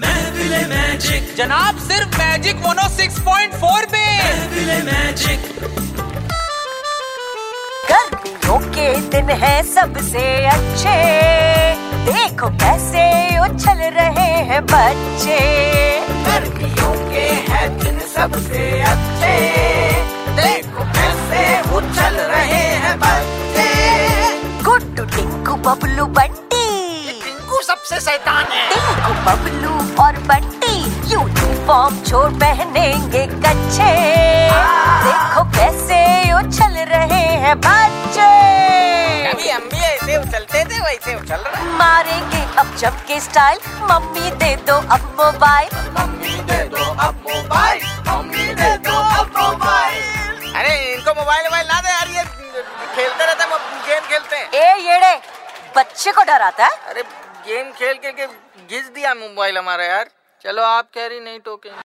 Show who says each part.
Speaker 1: महफिल मैजिक
Speaker 2: जनाब सिर्फ मैजिक मोनो 6.4 पे
Speaker 1: महफिल मैजिक
Speaker 3: गर्मियों के दिन है सबसे अच्छे देखो कैसे उछल रहे हैं बच्चे गर्मियों के है दिन सबसे अच्छे देखो कैसे उछल रहे हैं बच्चे गुड्डू टिंकू बबलू बंटी टिंकू सबसे शैतान है टिंकू बबलू और बंटी यूनिफॉर्म छोड़ पहनेंगे कच्चे हाँ। देखो कैसे उछल रहे हैं बच्चे
Speaker 2: कभी हम भी ऐसे उछलते थे वैसे उछल रहे हैं।
Speaker 3: मारेंगे अब जम के स्टाइल मम्मी दे दो अब मोबाइल मम्मी दे दो अब मोबाइल मम्मी दे दो अब मोबाइल
Speaker 2: अरे इनको मोबाइल मोबाइल ना दे यार ये खेलते रहते हैं वो गेम खेलते हैं
Speaker 3: ए येड़े बच्चे को डराता है
Speaker 2: अरे गेम खेल खेल के घिस दिया मोबाइल हमारा यार चलो आप कह रही नहीं टोके